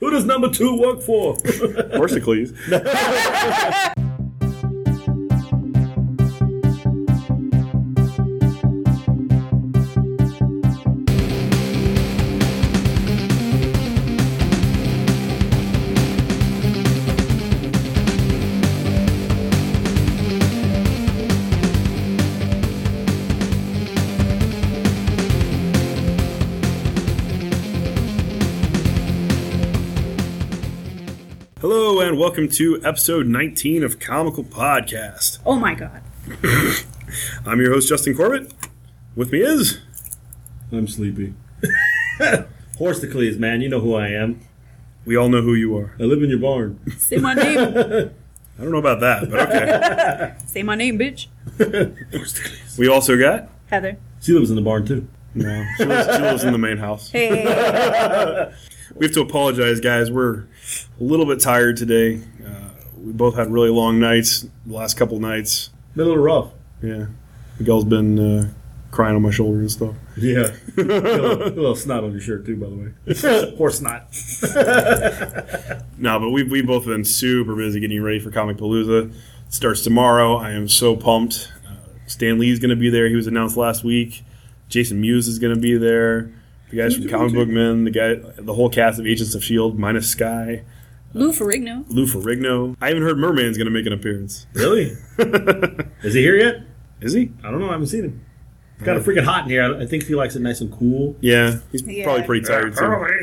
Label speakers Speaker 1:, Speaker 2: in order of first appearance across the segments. Speaker 1: Who does number two work for?
Speaker 2: Mercicles. Hello and welcome to episode 19 of Comical Podcast.
Speaker 3: Oh my god.
Speaker 2: I'm your host Justin Corbett. With me is
Speaker 1: I'm sleepy. Horsticles, man, you know who I am.
Speaker 2: we all know who you are.
Speaker 1: I live in your barn.
Speaker 3: Say my name.
Speaker 2: I don't know about that, but okay.
Speaker 3: Say my name, bitch.
Speaker 1: Horsticles.
Speaker 2: we also got
Speaker 3: Heather.
Speaker 1: She lives in the barn too.
Speaker 2: no. She lives, she lives in the main house.
Speaker 3: Hey.
Speaker 2: We have to apologize, guys. We're a little bit tired today. Uh, we both had really long nights the last couple nights.
Speaker 1: Been a little rough.
Speaker 2: Yeah, Miguel's been uh, crying on my shoulder and stuff.
Speaker 1: Yeah. a, little, a little snot on your shirt too, by the way. Horse snot.
Speaker 2: No, but we've, we've both been super busy getting ready for Comic Palooza. It starts tomorrow. I am so pumped. Uh, Stan Lee's going to be there. He was announced last week. Jason Mewes is going to be there. The guys from Comic Book Men, the guy, the whole cast of Agents of Shield, E minus Sky,
Speaker 3: Lou Ferrigno.
Speaker 2: Lou Ferrigno. I even heard Merman's going to make an appearance.
Speaker 1: Really? Is he here yet?
Speaker 2: Is he?
Speaker 1: I don't know. I haven't seen him. It's kind of freaking hot in here. I- I think he likes it nice and cool.
Speaker 2: Yeah, he's
Speaker 3: Yeah.
Speaker 2: probably pretty tired.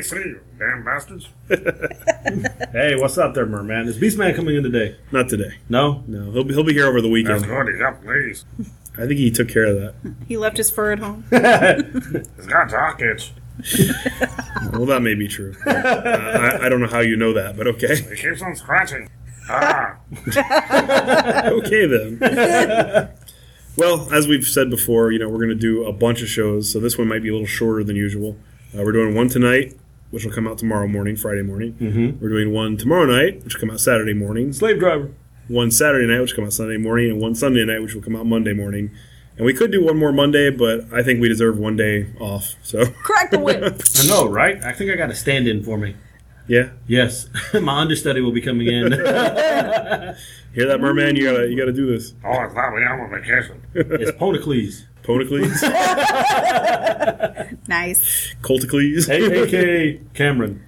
Speaker 2: too.
Speaker 1: damn bastards. hey, what's up there, merman? Is Beastman coming in today?
Speaker 2: Not today.
Speaker 1: No?
Speaker 2: No, he'll be, he'll be here over the weekend.
Speaker 4: up, please.
Speaker 2: I think he took care of that.
Speaker 3: He left his fur at home.
Speaker 4: It's got sockets.
Speaker 2: Well, that may be true. Uh, I, I don't know how you know that, but okay.
Speaker 4: It keeps on scratching. Ah,
Speaker 2: okay then. well, as we've said before, you know we're going to do a bunch of shows, so this one might be a little shorter than usual. Uh, we're doing one tonight, which will come out tomorrow morning, Friday morning. Mm-hmm. We're doing one tomorrow night, which will come out Saturday morning.
Speaker 1: Slave driver.
Speaker 2: One Saturday night, which will come out Sunday morning, and one Sunday night, which will come out Monday morning. And we could do one more Monday, but I think we deserve one day off. So
Speaker 3: Crack the whip.
Speaker 1: I know, right? I think I got a stand in for me.
Speaker 2: yeah,
Speaker 1: Yes. My understudy will be coming in.
Speaker 2: hear that, Merman? You gotta you gotta do this.
Speaker 4: oh, I thought we were on vacation.
Speaker 1: it's Ponocles.
Speaker 2: Ponocles,
Speaker 3: Nice.
Speaker 2: Coltocles.
Speaker 1: AKA Cameron.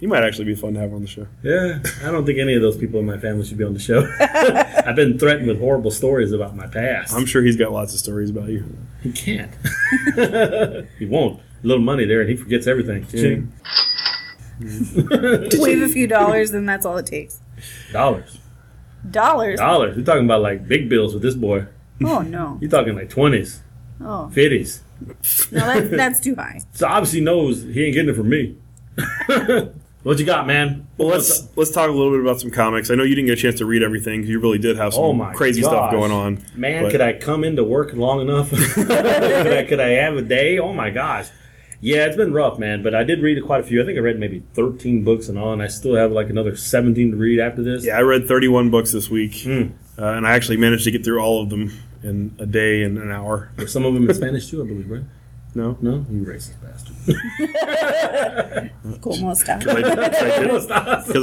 Speaker 2: He might actually be fun to have on the show.
Speaker 1: Yeah, I don't think any of those people in my family should be on the show. I've been threatened with horrible stories about my past.
Speaker 2: I'm sure he's got lots of stories about you.
Speaker 1: he can't. he won't. A little money there, and he forgets everything.
Speaker 3: Wave a few dollars, then that's all it takes.
Speaker 1: Dollars.
Speaker 3: Dollars?
Speaker 1: Dollars. We're talking about like big bills with this boy.
Speaker 3: Oh no.
Speaker 1: You're talking like 20s,
Speaker 3: Oh.
Speaker 1: 50s.
Speaker 3: No, that's, that's too high.
Speaker 1: So obviously knows he ain't getting it from me. what you got, man?
Speaker 2: Well, let's let's talk a little bit about some comics. I know you didn't get a chance to read everything. 'cause You really did have some
Speaker 1: Oh my
Speaker 2: crazy stuff
Speaker 1: gosh.
Speaker 2: going on.
Speaker 1: Man,
Speaker 2: But-
Speaker 1: could I come into work long enough? could, I, could I have a day? Oh my gosh. Yeah, it's been rough, man, but I did read quite a few. I think I read maybe 13 books and all, and I still have like another 17 to read after this.
Speaker 2: Yeah, I read 31 books this week,
Speaker 1: Hmm.
Speaker 2: uh, and I actually managed to get through all of them in a day and an hour.
Speaker 1: There's some of them in Spanish too, I believe, right?
Speaker 2: No,
Speaker 1: No? You racist bastard.
Speaker 3: Como esta?
Speaker 2: because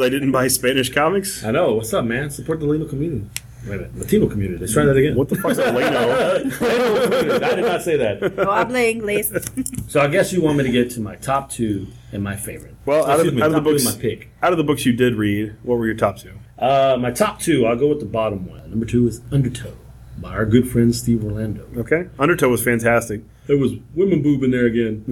Speaker 2: I, didn't buy Spanish comics.
Speaker 1: I know. What's up, man? Support the Latino community. Wait a minute. Latino community. Let's try that again.
Speaker 2: What the fuck's a Leno?
Speaker 1: I did not say that.
Speaker 3: No habla inglés.
Speaker 1: So I guess you want me to get to my top two and my favorite.
Speaker 2: Well, out of,
Speaker 1: Excuse me,
Speaker 2: out of the
Speaker 1: top two and
Speaker 2: books,
Speaker 1: my pick.
Speaker 2: out of the books you did read, what were your top two?
Speaker 1: Uh, my top two, I'll go with the bottom one. Number two is Undertow by our good friend Steve Orlando.
Speaker 2: Okay, Undertow was fantastic,
Speaker 1: There was women boob in there again.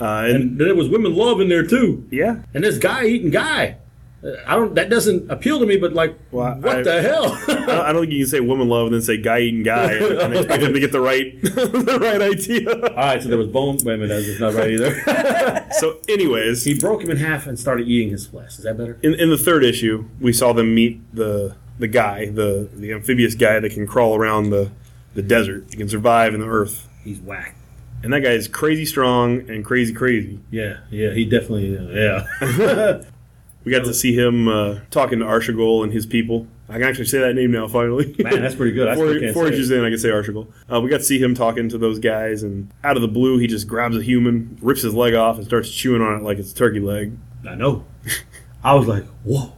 Speaker 2: uh, and,
Speaker 1: and there was women love in there too.
Speaker 2: yeah,
Speaker 1: And this guy eating guy. Uh, I don't. That doesn't appeal to me. But like,
Speaker 2: Well, I-
Speaker 1: what the
Speaker 2: I
Speaker 1: hell?
Speaker 2: don't, I don't think you can say woman love and then say guy eating guy and expect them to get the right the right idea.
Speaker 1: All right. So there was bone. Wait a minute. That's not right either.
Speaker 2: So, anyways,
Speaker 1: he broke him in half and started eating his flesh. Is that better?
Speaker 2: in, in the third issue, we saw them meet the the guy, the the amphibious guy that can crawl around the the desert. He can survive in the earth,
Speaker 1: He's whack.
Speaker 2: and that guy is crazy strong and crazy crazy.
Speaker 1: Yeah. Yeah. He definitely. Uh, yeah.
Speaker 2: We got to see him uh, talking to Arshagol and his people. I can actually say that name now. Finally,
Speaker 1: Man, that's pretty good. I
Speaker 2: four
Speaker 1: still can't
Speaker 2: four
Speaker 1: say it.
Speaker 2: issues in, I can say Archibald. Uh, we got to see him talking to those guys, and out of the blue, he just grabs a human, rips his leg off, and starts chewing on it like it's a turkey leg.
Speaker 1: I know. I was like, whoa.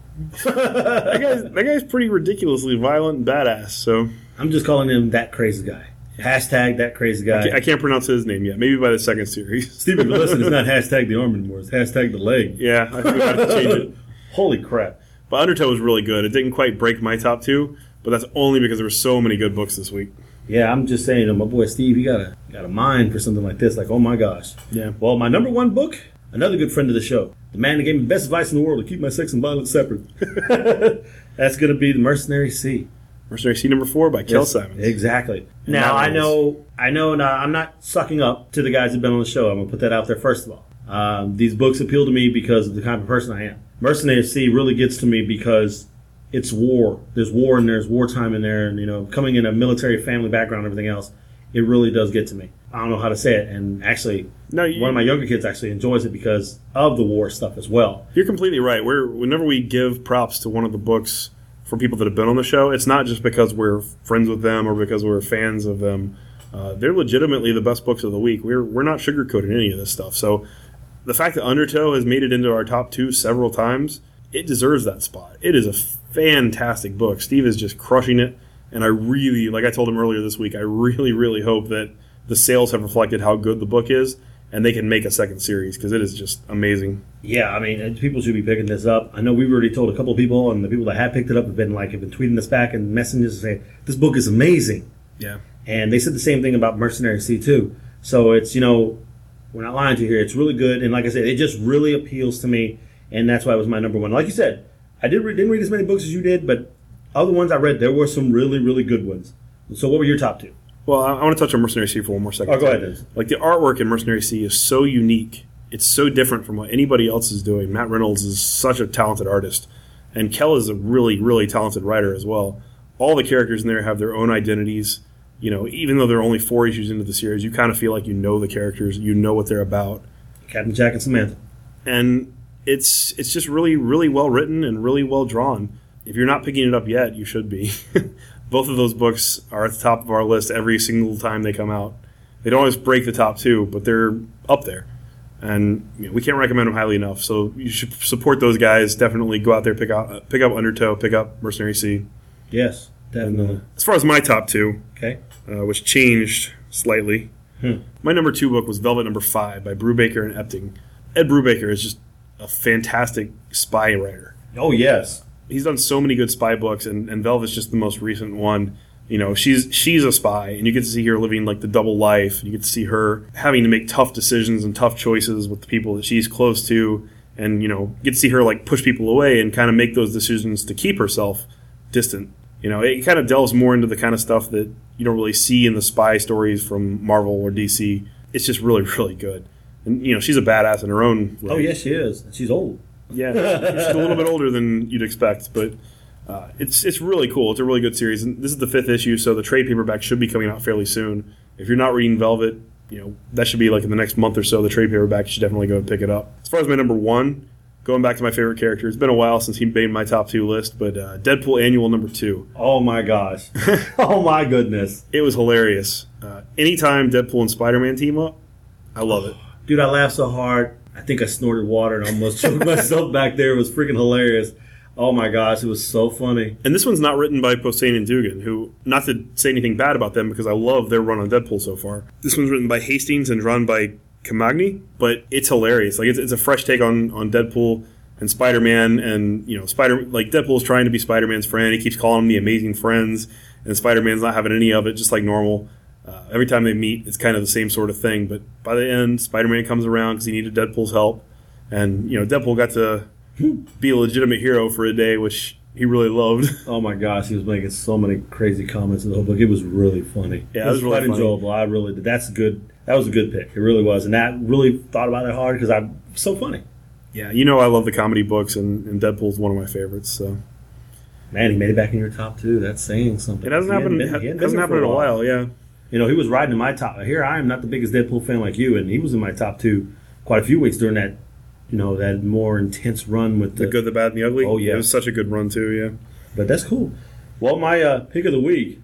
Speaker 2: That guy's that guy's pretty ridiculously violent and badass. So
Speaker 1: I'm just calling him that crazy guy. Hashtag that crazy guy.
Speaker 2: I can't pronounce his name yet. Maybe by the second series.
Speaker 1: Stephen, but listen, it's not hashtag the arm anymore. It's hashtag the leg.
Speaker 2: yeah, I think we have to change it.
Speaker 1: Holy crap.
Speaker 2: But Undertow was really good. It didn't quite break my top two, but that's only because there were so many good books this week.
Speaker 1: Yeah, I'm just saying, uh, my boy Steve, he got a got a mind for something like this. Like, oh my gosh.
Speaker 2: Yeah.
Speaker 1: Well, my number one book, another good friend of the show, the man that gave me the best advice in the world to keep my sex and violence separate. That's gonna be the Mercenary Sea.
Speaker 2: Mercenary Sea number four by Kel Simons.
Speaker 1: Exactly.
Speaker 2: And
Speaker 1: now
Speaker 2: that
Speaker 1: I
Speaker 2: was-
Speaker 1: know, I know, and uh, I'm not sucking up to the guys who've been on the show. I'm gonna put that out there first of all. Um, these books appeal to me because of the kind of person I am. Mercenary Sea really gets to me because it's war. There's war and there's wartime in there, and you know, coming in a military family background, and everything else, it really does get to me. I don't know how to say it, and actually,
Speaker 2: No, you-
Speaker 1: one of my younger kids actually enjoys it because of the war stuff as well.
Speaker 2: You're completely right. We're whenever we give props to one of the books for people that have been on the show, it's not just because we're friends with them or because we're fans of them. Uh, they're legitimately the best books of the week. We're we're not sugarcoating any of this stuff. So the fact that Undertow has made it into our top two several times, it deserves that spot. It is a fantastic book. Steve is just crushing it, and I really, like I told him earlier this week, I really, really hope that the sales have reflected how good the book is, and they can make a second series because it is just amazing.
Speaker 1: Yeah, I mean, and people should be picking this up. I know we've already told a couple of people, and the people that have picked it up have been like have been tweeting us back and messages saying this book is amazing,
Speaker 2: Yeah.
Speaker 1: and they said the same thing about Mercenary Sea too. So it's you know, we're not lying to you here. It's really good, and like I said, it just really appeals to me, and that's why it was my number one. Like you said, I did re- didn't read as many books as you did, but other ones I read, there were some really really good ones. So what were your top two?
Speaker 2: Well, I, I want to touch on Mercenary Sea for one more second.
Speaker 1: Oh, go
Speaker 2: too.
Speaker 1: ahead, then.
Speaker 2: Like the artwork in Mercenary Sea is so unique. It's so different from what anybody else is doing. Matt Reynolds is such a talented artist, and Kell is a really, really talented writer as well. All the characters in there have their own identities. You know, even though they're only four issues into the series, you kind of feel like you know the characters, you know what they're about,
Speaker 1: Captain Jack and Samantha.
Speaker 2: and it's it's just really, really well written and really well drawn. If you're not picking it up yet, you should be. Both of those books are at the top of our list every single time they come out. They don't always break the top two, but they're up there, and you know, we can't recommend them highly enough. So you should support those guys. Definitely go out there pick out uh, pick up Undertow, pick up Mercenary Sea.
Speaker 1: Yes, definitely.
Speaker 2: As far as my top two,
Speaker 1: Okay.
Speaker 2: uh, which changed slightly. My number two book was Velvet Number Five by Brubaker and Epting. Ed Brubaker is just a fantastic spy writer.
Speaker 1: Oh yes.
Speaker 2: He's done so many good spy books, and, and Velvet's just the most recent one. You know, she's she's a spy, and you get to see her living like the double life. And you get to see her having to make tough decisions and tough choices with the people that she's close to, and you know, get to see her like push people away and kind of make those decisions to keep herself distant. You know, it kind of delves more into the kind of stuff that you don't really see in the spy stories from Marvel or DC. It's just really, really good. And you know, she's a badass in her own. Way.
Speaker 1: Oh yes, she is. She's old.
Speaker 2: Yeah, she's just a little bit older than you'd expect, but uh, it's it's really cool. It's a really good series, and this is the fifth issue, so the trade paperback should be coming out fairly soon. If you're not reading Velvet, you know that should be like in the next month or so. The trade paperback you should definitely go and pick it up. As far as my number one, going back to my favorite character, it's been a while since he made my top two list, but uh, Deadpool Annual number two.
Speaker 1: Oh my gosh. oh my goodness.
Speaker 2: It was hilarious. Uh, anytime Deadpool and Spider-Man team up, I love it.
Speaker 1: Dude, I laughed so hard. I think I snorted water and almost choked myself back there. It was freaking hilarious. Oh my gosh, it was so funny.
Speaker 2: And this one's not written by Posehn and Dugan, who, not to say anything bad about them because I love their run on Deadpool so far. This one's written by Hastings and drawn by Kamagni, but it's hilarious. Like, it's, it's a fresh take on, on Deadpool and Spider Man. And, you know, Spider like, Deadpool's trying to be Spider Man's friend. He keeps calling him the amazing friends, and Spider Man's not having any of it, just like normal. Uh, every time they meet, it's kind of the same sort of thing. But by the end, Spider Man comes around because he needed Deadpool's help. And, you know, Deadpool got to be a legitimate hero for a day, which he really loved.
Speaker 1: Oh my gosh, he was making so many crazy comments in the whole book. It was really funny.
Speaker 2: Yeah,
Speaker 1: it
Speaker 2: it was really
Speaker 1: quite
Speaker 2: funny.
Speaker 1: enjoyable. I really did. That's good. That was a good pick. It really was, and I really thought about it hard because I'm so funny.
Speaker 2: Yeah, you know I love the comedy books, and, and Deadpool's one of my favorites. So
Speaker 1: Man, he made it back in your top two. That's saying something.
Speaker 2: it hasn't
Speaker 1: He hadn't
Speaker 2: happened.
Speaker 1: been-
Speaker 2: It
Speaker 1: he hadn't been
Speaker 2: hasn't
Speaker 1: there for
Speaker 2: happened in a while. Yeah,
Speaker 1: You know, he was riding in my top. Here, I am not the biggest Deadpool fan like you, and he was in my top two quite a few weeks during that, you know, that more intense run with the,
Speaker 2: the good, the bad, and the ugly.
Speaker 1: Oh, yeah.
Speaker 2: it was such a good run too. Yeah,
Speaker 1: But that's cool. Well, my uh, pick of the week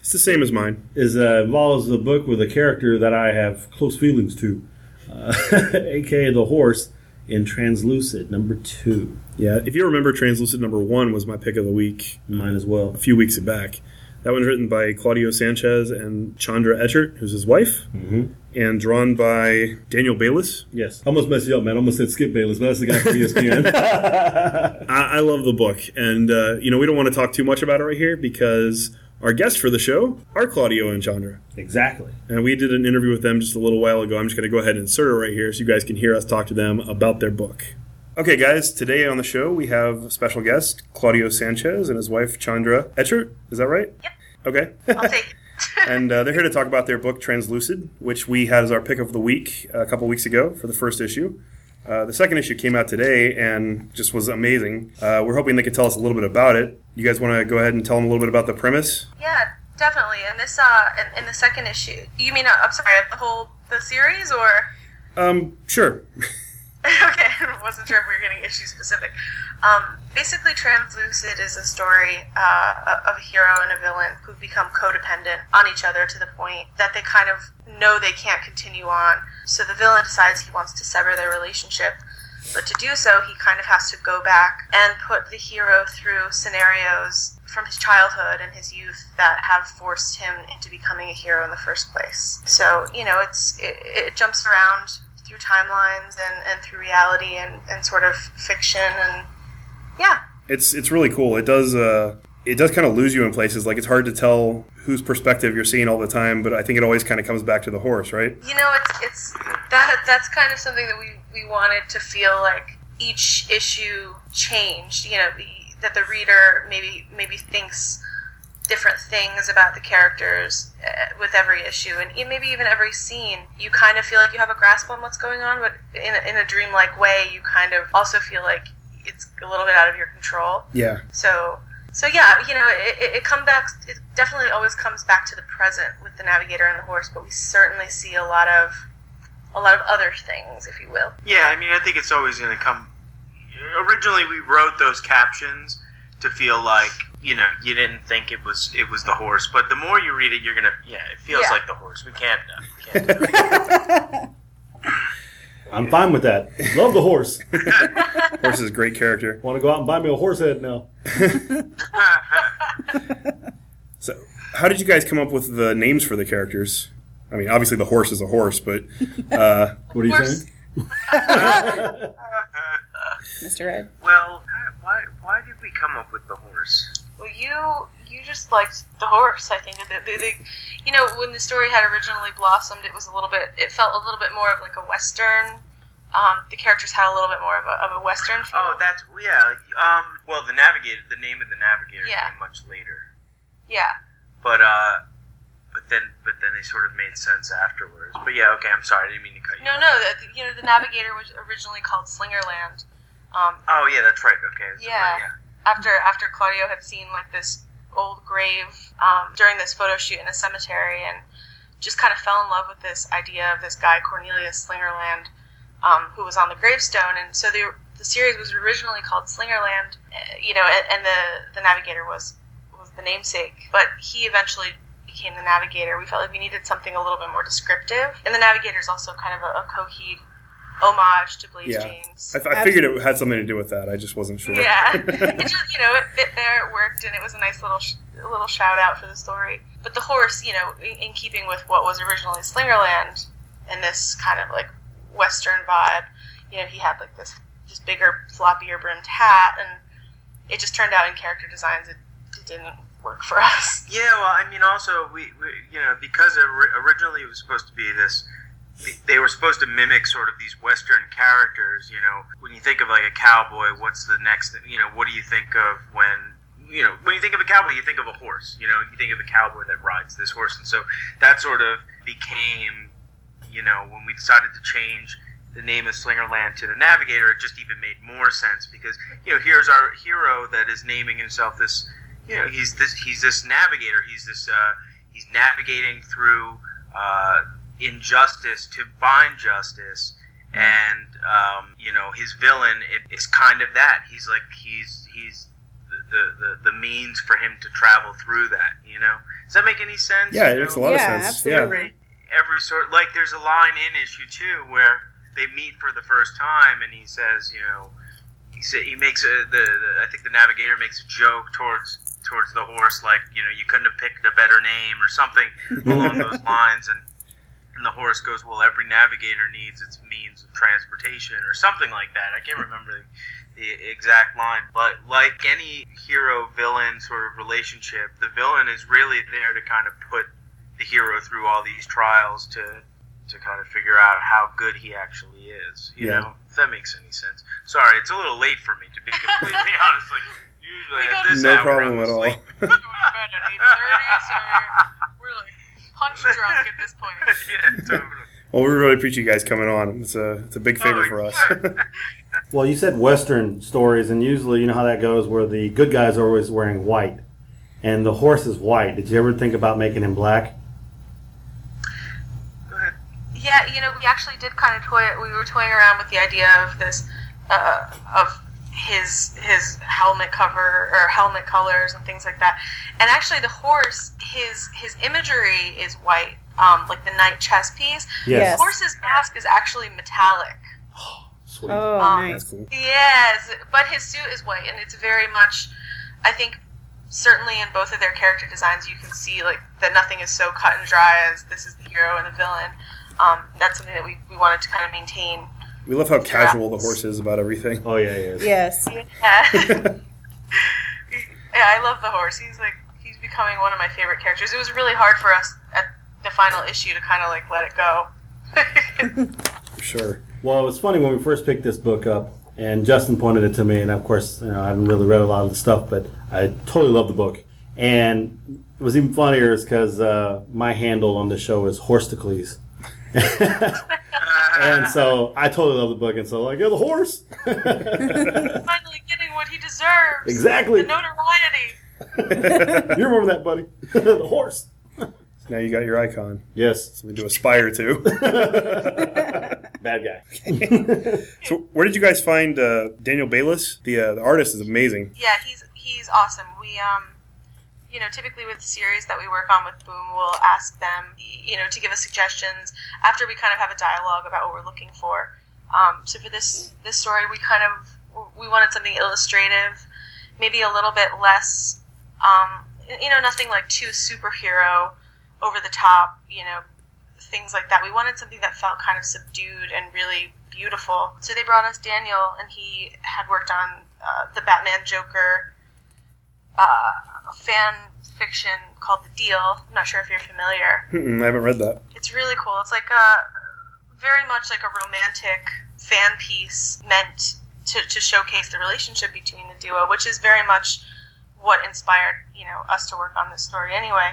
Speaker 2: It's the same as mine.
Speaker 1: is uh, involves a book with a character that I have close feelings to, uh, aka the horse in Translucid number two.
Speaker 2: Yeah. If you remember, Translucid number one was my pick of the week
Speaker 1: Mine as well.
Speaker 2: a few weeks back. That one's written by Claudio Sanchez and Chandra Etchert, who's his wife,
Speaker 1: Mm-hmm.
Speaker 2: and drawn by Daniel Bayless.
Speaker 1: Yes, almost messed you up, man. Almost said Skip Bayless, but that's the guy from E ESPN.
Speaker 2: I, I love the book, and uh, you know we don't want to talk too much about it right here because our guests for the show are Claudio and Chandra,
Speaker 1: exactly.
Speaker 2: and we did an interview with them just a little while ago. I'm just going to go ahead and insert it right here so you guys can hear us talk to them about their book. Okay, guys, today on the show we have a special guest Claudio Sanchez and his wife Chandra Etchert. Is that right? Yep. Okay.
Speaker 5: I'll take it.
Speaker 2: and uh, they're here to talk about their book translucid which we had as our pick of the week a couple weeks ago for the first issue uh, the second issue came out today and just was amazing uh, we're hoping they could tell us a little bit about it you guys want to go ahead and tell them a little bit about the premise
Speaker 5: yeah, definitely. And this, uh, in, in the second issue, you mean, uh, I'm sorry, the whole, the series, or?
Speaker 2: um sure
Speaker 5: okay, I wasn't sure if we were getting issue specific. Um, basically, Translucid is a story uh, of a hero and a villain who become codependent on each other to the point that they kind of know they can't continue on. So the villain decides he wants to sever their relationship. But to do so, he kind of has to go back and put the hero through scenarios from his childhood and his youth that have forced him into becoming a hero in the first place. So, you know, it's it, it jumps around through timelines and, and through reality and, and sort of fiction and yeah
Speaker 2: it's it's really cool it does uh it does kind of lose you in places like it's hard to tell whose perspective you're seeing all the time but i think it always kind of comes back to the horse right
Speaker 5: you know it's it's that that's kind of something that we we wanted to feel like each issue changed you know the- that the reader maybe maybe thinks different things about the characters uh, with every issue and e- maybe even every scene you kind of feel like you have a grasp on what's going on but in a, in a dreamlike way you kind of also feel like it's a little bit out of your control
Speaker 2: yeah
Speaker 5: So, so yeah, you know, it, it, it comes back. It definitely always comes back to the present with the navigator and the horse, but we certainly see a lot of a lot of other things, if you will.
Speaker 6: Yeah, I mean, I think it's always going to come. Originally, we wrote those captions to feel like you know you didn't think it was it was the horse, but the more you read it, you're gonna yeah, it feels
Speaker 5: Yeah.
Speaker 6: like the horse. We can't. Uh, we can't do it.
Speaker 1: I'm fine with that. Love the horse.
Speaker 2: horse is a great character
Speaker 1: Want to go out and buy me a horse head now?
Speaker 2: So, how did you guys come up with the names for the characters? I mean, obviously the horse is a horse, but uh,
Speaker 1: What are you
Speaker 5: Horse.
Speaker 1: saying?
Speaker 3: Mr. Ed.
Speaker 6: well, why why did we come up with the horse?
Speaker 5: Well, you you just liked the horse, I think. The, the, the, you know, when the story had originally blossomed, it was a little bit. It felt a little bit more of like a western. Um, the characters had a little bit more of a, of a western feel.
Speaker 6: Oh, that's yeah. Um, well, the navigator, the name of the navigator
Speaker 5: Yeah.
Speaker 6: came much later,
Speaker 5: yeah.
Speaker 6: but uh, but then but then they sort of made sense afterwards. But yeah, okay, I'm sorry, I didn't mean to cut you.
Speaker 5: No, no. The, you know, the navigator was originally called Slingerland. Um,
Speaker 6: Oh yeah, that's right. Okay, that's
Speaker 5: Yeah.
Speaker 6: Right, yeah.
Speaker 5: after after Claudio had seen like this old grave um, during this photo shoot in a cemetery, and just kind of fell in love with this idea of this guy Cornelius Slingerland, um, who was on the gravestone, and so the the series was originally called Slingerland, eh, you know, and, and the the navigator was was the namesake, but he eventually became the navigator. We felt like we needed something a little bit more descriptive, and the navigator is also kind of a, a coheed homage to Blaze
Speaker 2: Yeah.
Speaker 5: James.
Speaker 2: I, I figured it had something to do with that. I just wasn't sure.
Speaker 5: Yeah, it just you know it fit there, it worked, and it was a nice little sh- little shout out for the story. But the horse, you know, in, in keeping with what was originally Slingerland and this kind of like Western vibe, you know, he had like this just bigger, floppier brimmed hat, and it just turned out in character designs it, it didn't work for us.
Speaker 6: Yeah, well, I mean, also we, we you know, because ori- originally it was supposed to be this. They were supposed to mimic sort of these Western characters. You know, when you think of like a cowboy, what's the next? You know, what do you think of when? You know, when you think of a cowboy, you think of a horse. You know, you think of a cowboy that rides this horse, and so that sort of became, you know, when we decided to change the name of Slingerland to the Navigator, it just even made more sense because you know here's our hero that is naming himself this you know he's this he's this navigator he's this uh, he's navigating through uh, injustice to find justice and um, you know his villain i- is kind of that he's like he's he's the- the, the, the means for him to travel through that. You know, does that make any sense?
Speaker 2: Yeah, it
Speaker 6: You
Speaker 2: makes a
Speaker 6: know?
Speaker 2: lot of
Speaker 3: Yeah,
Speaker 2: sense.
Speaker 3: absolutely.
Speaker 6: every every sort like there's a line in issue two where they meet for the first time and he says you know he sa he makes a the, the i think the navigator makes a joke towards towards the horse like you know you couldn't have picked a better name or something along those lines and and the horse goes well every navigator needs its means of transportation or something like that i can't remember the, the exact line but like any hero villain sort of relationship the villain is really there to kind of put the hero through all these trials to to kind of figure out how good he actually is. You
Speaker 1: Yeah.
Speaker 6: know, if that makes any sense. Sorry, it's a little late for me to be completely honest. Like usually at this
Speaker 2: No
Speaker 6: hour,
Speaker 2: problem
Speaker 6: I'm
Speaker 2: at all.
Speaker 6: asleep.
Speaker 7: We're about at 8.30, so we're like punch drunk at this point.
Speaker 6: yeah, totally.
Speaker 2: Well, we really appreciate you guys coming on. It's a it's a big favor for us.
Speaker 1: Well, you said Western stories, and usually you know how that goes, where the good guys are always wearing white, and the horse is white. Did you ever think about making him black?
Speaker 6: Go ahead.
Speaker 5: Yeah, you know, we actually did kind of toy. We were toying around with the idea of this, uh, of his his helmet cover or helmet colors and things like that. And actually, the horse, his his imagery is white, um, like the knight chess piece.
Speaker 3: Yes.
Speaker 5: The horse's mask is actually metallic.
Speaker 1: Sweet.
Speaker 3: Oh,
Speaker 5: Um,
Speaker 3: nice.
Speaker 2: cool.
Speaker 5: Yes, but his suit is white, and it's very much. I think certainly in both of their character designs, you can see like that nothing is so cut and dry as this is the hero and the villain. Um, that's something that we, we wanted to kind of maintain.
Speaker 2: We love how casual the horse is about everything.
Speaker 1: Oh yeah, yeah.
Speaker 3: Yes.
Speaker 5: Yeah. yeah, I love the horse. He's like he's becoming one of my favorite characters. It was really hard for us at the final issue to kind of like let it go.
Speaker 2: For sure.
Speaker 1: Well, it was funny when we first picked this book up, and Justin pointed it to me, and of course, you know, I haven't really read a lot of the stuff, but I totally love the book. And it was even funnier is because uh, my handle on the show is Horsticles. and so I totally love the book, and so like, you're the horse,
Speaker 5: Finally getting what he deserves.
Speaker 1: exactly.
Speaker 5: The notoriety.
Speaker 1: You remember that, buddy? the horse.
Speaker 2: Now you got your icon.
Speaker 1: Yes.
Speaker 2: Something to aspire to.
Speaker 1: Bad guy.
Speaker 2: so, where did you guys find uh, Daniel Bayless? The uh, the artist is amazing.
Speaker 5: Yeah, he's he's awesome. We um, you know, typically with the series that we work on with Boom, we'll ask them, you know, to give us suggestions after we kind of have a dialogue about what we're looking for. Um, so for this this story, we kind of we wanted something illustrative, maybe a little bit less, um, you know, nothing like too superhero, over the top, you know, things like that. We wanted something that felt kind of subdued and really beautiful. So they brought us Daniel, and he had worked on uh, the Batman Joker uh, fan fiction called The Deal. I'm not sure if you're familiar.
Speaker 2: Mm-mm, Hmm, I haven't read that.
Speaker 5: It's really cool. It's like a very much like a romantic fan piece meant to, to showcase the relationship between the duo, which is very much what inspired you know us to work on this story anyway.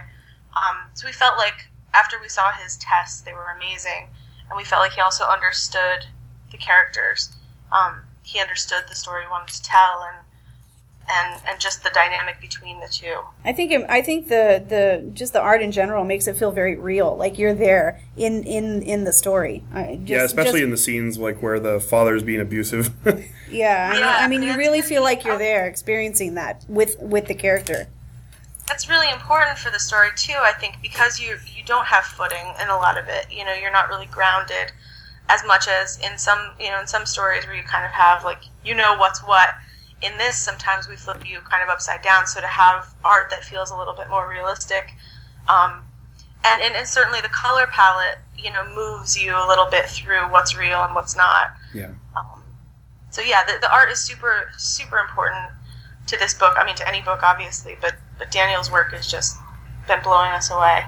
Speaker 5: Um, so we felt like after we saw his tests, they were amazing, and we felt like he also understood the characters. Um, he understood the story we wanted to tell, and and and just the dynamic between the two.
Speaker 3: I think it, I think the the just the art in general makes it feel very real, like you're there in in in the story. I- Just,
Speaker 2: yeah, especially
Speaker 3: just-
Speaker 2: in the scenes like where the father is being abusive.
Speaker 3: yeah. I mean,
Speaker 5: Yeah,
Speaker 3: I mean, you
Speaker 5: that's-
Speaker 3: really feel like you're there, experiencing that with with the character.
Speaker 5: that's really important for the story too i think because you you don't have footing in a lot of it you know you're not really grounded as much as in some you know in some stories where you kind of have like you know what's what in this sometimes we flip you kind of upside down so to have art that feels a little bit more realistic um, and, and and certainly the color palette you know moves you a little bit through what's real and what's not
Speaker 2: yeah.
Speaker 5: um, so yeah, the, the art is super super important to this book. I mean, to any book, obviously, but but Daniel's work has just been blowing us away.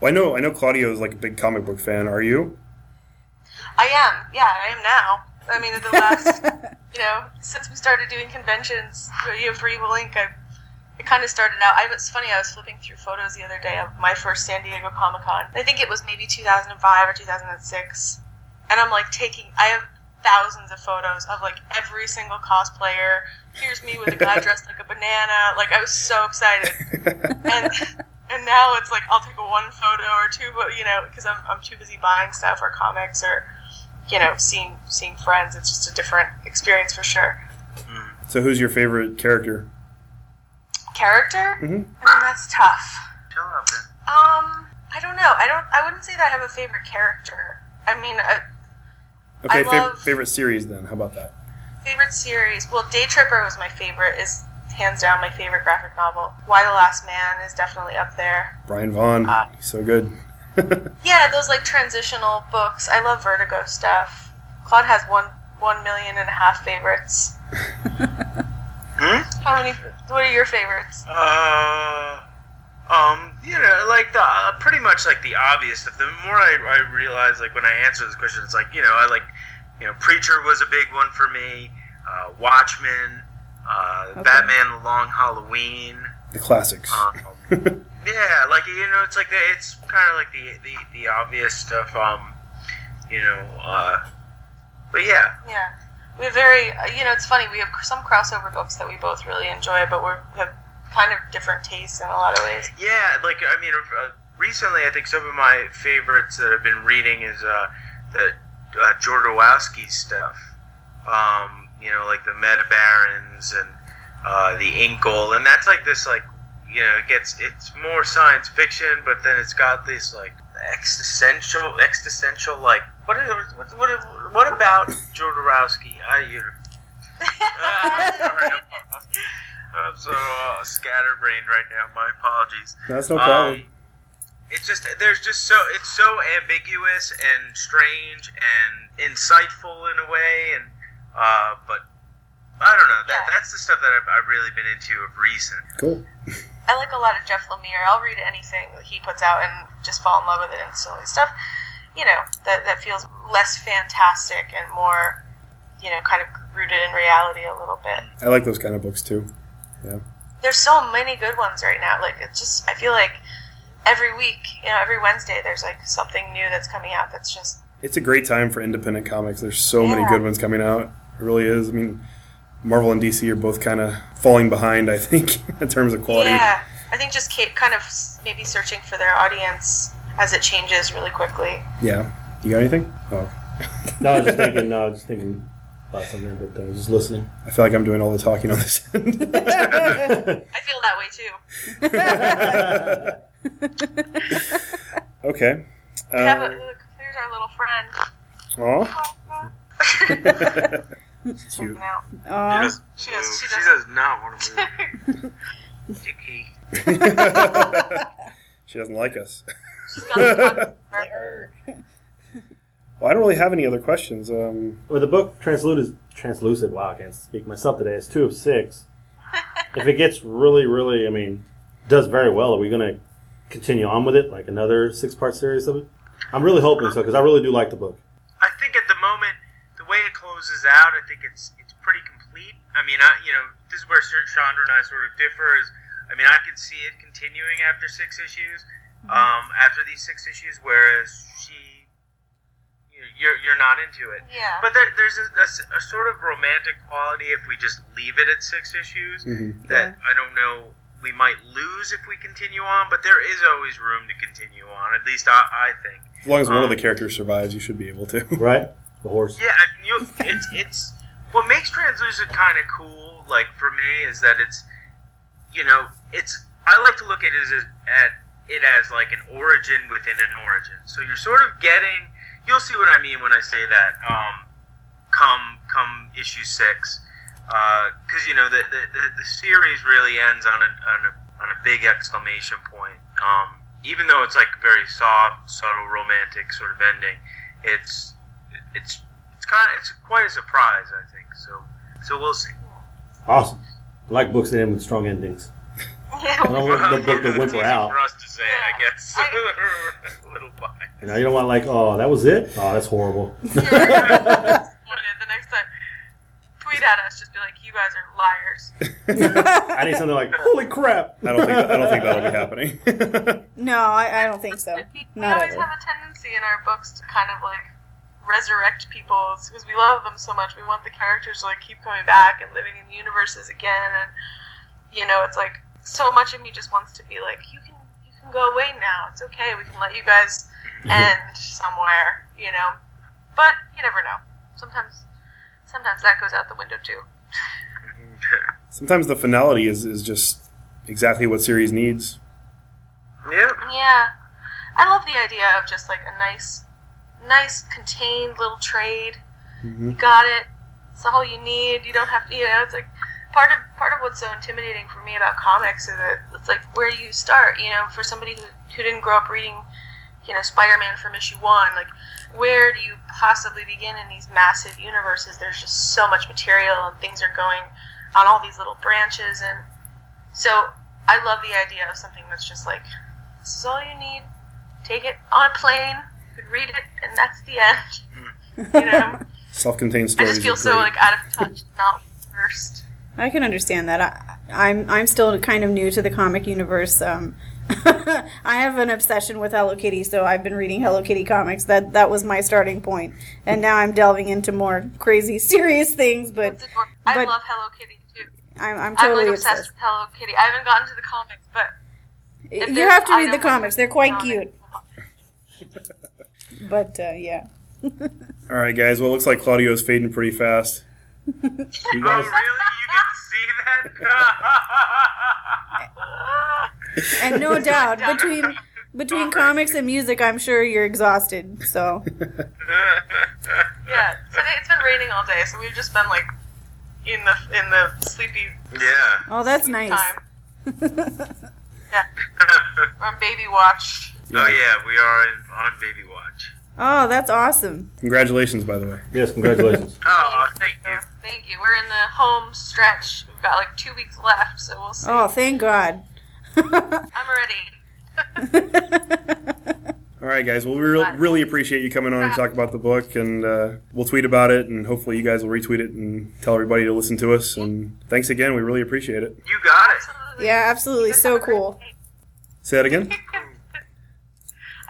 Speaker 2: Well, I know I know Claudio is like a big comic book fan. Are you?
Speaker 5: I am, yeah, I am now. I mean, in the last, you know, since we started doing conventions for, you know, for Evil Inc., I it kind of started out. I was funny. I was flipping through photos the other day of my first San Diego Comic Con. I think it was maybe 2005 or 2006, and I'm like taking. I have thousands of photos of like every single cosplayer. Here's me with a guy dressed like a banana. Like I was so excited, and and now it's like I'll take one photo or two, but you know, because I'm I'm too busy buying stuff or comics or you know seeing seeing friends. It's just a different experience for sure.
Speaker 2: So who's your favorite character?
Speaker 5: character. I mean, that's tough.
Speaker 6: Chill out there.
Speaker 5: Um, I don't know. I don't. I wouldn't say that I have a favorite character. I mean, a
Speaker 2: Okay,
Speaker 5: I
Speaker 2: fav-
Speaker 5: love-
Speaker 2: favorite series then. How about that?
Speaker 5: favorite series. Well, Day Tripper was my favorite. Is hands down my favorite graphic novel. Why the Last Man is definitely up there.
Speaker 2: Brian Vaughn,
Speaker 5: Uh,
Speaker 2: he's so good.
Speaker 5: Yeah, those like transitional books. I love Vertigo stuff. Claude has one one million and a half favorites. How many? What are your favorites?
Speaker 6: Uh, um, you know, like the uh, pretty much like the obvious stuff. The more I, I realize, like when I answer this question, it's like you know, I like, you know, Preacher was a big one for me. Uh, Watchmen, uh, Batman: The Long Halloween.
Speaker 2: The classics.
Speaker 5: Ah.
Speaker 6: Um, yeah, like you know, it's like the, it's kind of like the, the the obvious stuff. Um, you know, uh, but yeah,
Speaker 5: Yeah, we're very. uh, You know, it's funny. We have some crossover books that we both really enjoy, but we're, we have kind of different tastes in a lot of ways.
Speaker 6: Yeah, like I mean, uh, recently I think some of my favorites that I've been reading is uh, the uh, Jodorowsky stuff. Um, you know, like the Meta Barons and uh, the Inkle, and that's like this like you know it gets it's more science fiction, but then it's got this like existential existential like what is, what, what, what about Jodorowsky? I you. Ah, sorry, I'm- I'm so uh, scatterbrained right now. My apologies.
Speaker 2: That's no
Speaker 6: Um,
Speaker 2: problem.
Speaker 6: it's just there's just so it's so ambiguous and strange and insightful in a way, and uh, but I don't know. That
Speaker 5: Yeah.
Speaker 6: that's the stuff that I've, I've really been into of recent.
Speaker 2: cool.
Speaker 5: I like a lot of Jeff Lemire. I'll read anything that he puts out and just fall in love with it instantly. Stuff, you know, that that feels less fantastic and more, you know, kind of rooted in reality a little bit.
Speaker 2: I like those kind of books too.
Speaker 5: there's so many good ones right now. Like it's just I feel like every week, you know, every Wednesday there's like something new that's coming out that's just
Speaker 2: It's a great time for independent comics. There's so many
Speaker 5: Yeah.
Speaker 2: good ones coming out. It really is. I mean, Marvel and DC are both kind of falling behind, I think, in terms of quality.
Speaker 5: yeah. I think just keep kind of s- maybe searching for their audience as it changes really quickly.
Speaker 2: Yeah. You got anything? Oh,
Speaker 1: No, I was just thinking. No, I was just thinking about something, but uh, just listening.
Speaker 2: I feel like I'm doing all the talking on this end.
Speaker 5: I feel that way too.
Speaker 2: okay.
Speaker 5: We have a,
Speaker 2: Uh,
Speaker 5: look, there's our little friend.
Speaker 2: aw.
Speaker 5: Checking out.
Speaker 3: Aw.
Speaker 6: Yes.
Speaker 5: She does- she
Speaker 6: She
Speaker 5: does-
Speaker 6: does not want to move. Dicky.
Speaker 2: she doesn't like us.
Speaker 5: She's got a fun-
Speaker 2: Well, I don't really have any other questions. Um,
Speaker 1: Well, the book translucid. Translucid. Wow, I can't speak myself today. It's two of six. if it gets really, really, I mean, does very well, are we going to continue on with it, like another six-part series of it? I'm really hoping so because I really do like the book.
Speaker 6: I think at the moment, the way it closes out, I think it's it's pretty complete. I mean, I you know, this is where Sir- Chandra and I sort of differ. Is I mean, I can see it continuing after six issues, um, after these six issues, whereas she, you know, you're you're not into it.
Speaker 5: Yeah.
Speaker 6: But there, there's a, a s- a sort of romantic quality if we just leave it at six issues that I don't know we might lose if we continue on. But there is always room to continue on. At least I, I think.
Speaker 2: as long as one of
Speaker 6: Um,
Speaker 2: the characters survives, you should be able to.
Speaker 1: Right? The horse.
Speaker 6: Yeah, I mean, you, it's it's what makes translucent kind of cool. Like for me, is that it's you know it's I like to look at it as at it as like an origin within an origin. So you're sort of getting. You'll see what I mean when I say that. Um, come come issue six, because you know the, the the the series really ends on a on a on a big exclamation point. Um, even though it's like a very soft, subtle, romantic sort of ending, it's it's it's kind of it's quite a surprise, I think. So so we'll see.
Speaker 1: Awesome. I like books that end with strong endings. I don't want the book to
Speaker 6: It's
Speaker 1: whimper
Speaker 6: easy
Speaker 1: out.
Speaker 6: for us to say, I guess. a little biased.
Speaker 1: You know, you don't want like, oh, that was it. Oh, that's horrible.
Speaker 5: the next time, tweet at us. Just be like, you guys are liars.
Speaker 1: I need something like, holy crap.
Speaker 2: I don't think I don't think that'll be happening.
Speaker 3: No, I, I don't think so.
Speaker 5: We, we
Speaker 3: Not
Speaker 5: always
Speaker 3: ever.
Speaker 5: have a tendency in our books to kind of like resurrect people because we love them so much. We want the characters to like keep coming back and living in universes again. And you know, it's like so much of me just wants to be like, you can you can go away now. It's okay. We can let you guys end somewhere. You know, but you never know. Sometimes sometimes that goes out the window too.
Speaker 2: Sometimes the finality is, is just exactly what series needs.
Speaker 6: Yeah.
Speaker 5: Yeah, I love the idea of just like a nice, nice contained little trade. You got it. It's all you need. You don't have to. You know, it's like part of part of what's so intimidating for me about comics is that it's like where you start. You know, for somebody who who didn't grow up reading, you know, Spider-Man from issue one, like where do you possibly begin in these massive universes? There's just so much material and things are going on all these little branches and so I love the idea of something that's just like this is all you need. Take it on a plane, you can read it, and that's the end. You know,
Speaker 2: Self-contained
Speaker 5: I
Speaker 2: stories.
Speaker 5: just feel
Speaker 2: are
Speaker 5: so
Speaker 2: great.
Speaker 5: like out of touch, not versed.
Speaker 3: I can understand that. I, I'm I'm still kind of new to the comic universe. Um, I have an obsession with Hello Kitty, so I've been reading Hello Kitty comics. That that was my starting point, and now I'm delving into more crazy, serious things. But
Speaker 5: It's adorable. I
Speaker 3: but-
Speaker 5: love Hello Kitty too.
Speaker 3: I'm, I'm
Speaker 5: I'm
Speaker 3: totally
Speaker 5: like obsessed
Speaker 3: obsessed.
Speaker 5: with Hello Kitty. I haven't gotten to the comics, but if
Speaker 3: You
Speaker 5: there's
Speaker 3: have
Speaker 5: an
Speaker 3: to read the
Speaker 5: item-
Speaker 3: comics; they're quite cute. But uh, yeah,
Speaker 2: All right, guys. Well, it looks like Claudio's fading pretty fast.
Speaker 1: You
Speaker 6: Oh, really?
Speaker 1: guys,
Speaker 6: You can see that?
Speaker 3: and no doubt between between comics and music, I'm sure you're exhausted. So
Speaker 5: Yeah, today it's been raining all day, so we've just been like in the in the sleepy
Speaker 6: yeah.
Speaker 3: oh, that's
Speaker 5: sleep
Speaker 3: nice.
Speaker 5: time. Yeah, we're on baby watch.
Speaker 6: Oh yeah, we are in, on baby watch.
Speaker 3: oh, that's awesome.
Speaker 2: Congratulations, by the way.
Speaker 1: yes, congratulations.
Speaker 6: Oh, thank you.
Speaker 5: Thank you. We're in the home stretch. We've got like two weeks left, so we'll see.
Speaker 3: Oh, thank God.
Speaker 5: I'm ready.
Speaker 2: All right, guys. Well, we re- really appreciate you coming on and talk about the book, and uh, we'll tweet about it, and hopefully you guys will retweet it and tell everybody to listen to us. And thanks again. We really appreciate it.
Speaker 6: You got it.
Speaker 5: Absolutely.
Speaker 3: yeah, absolutely, so cool.
Speaker 2: Say that again.
Speaker 5: I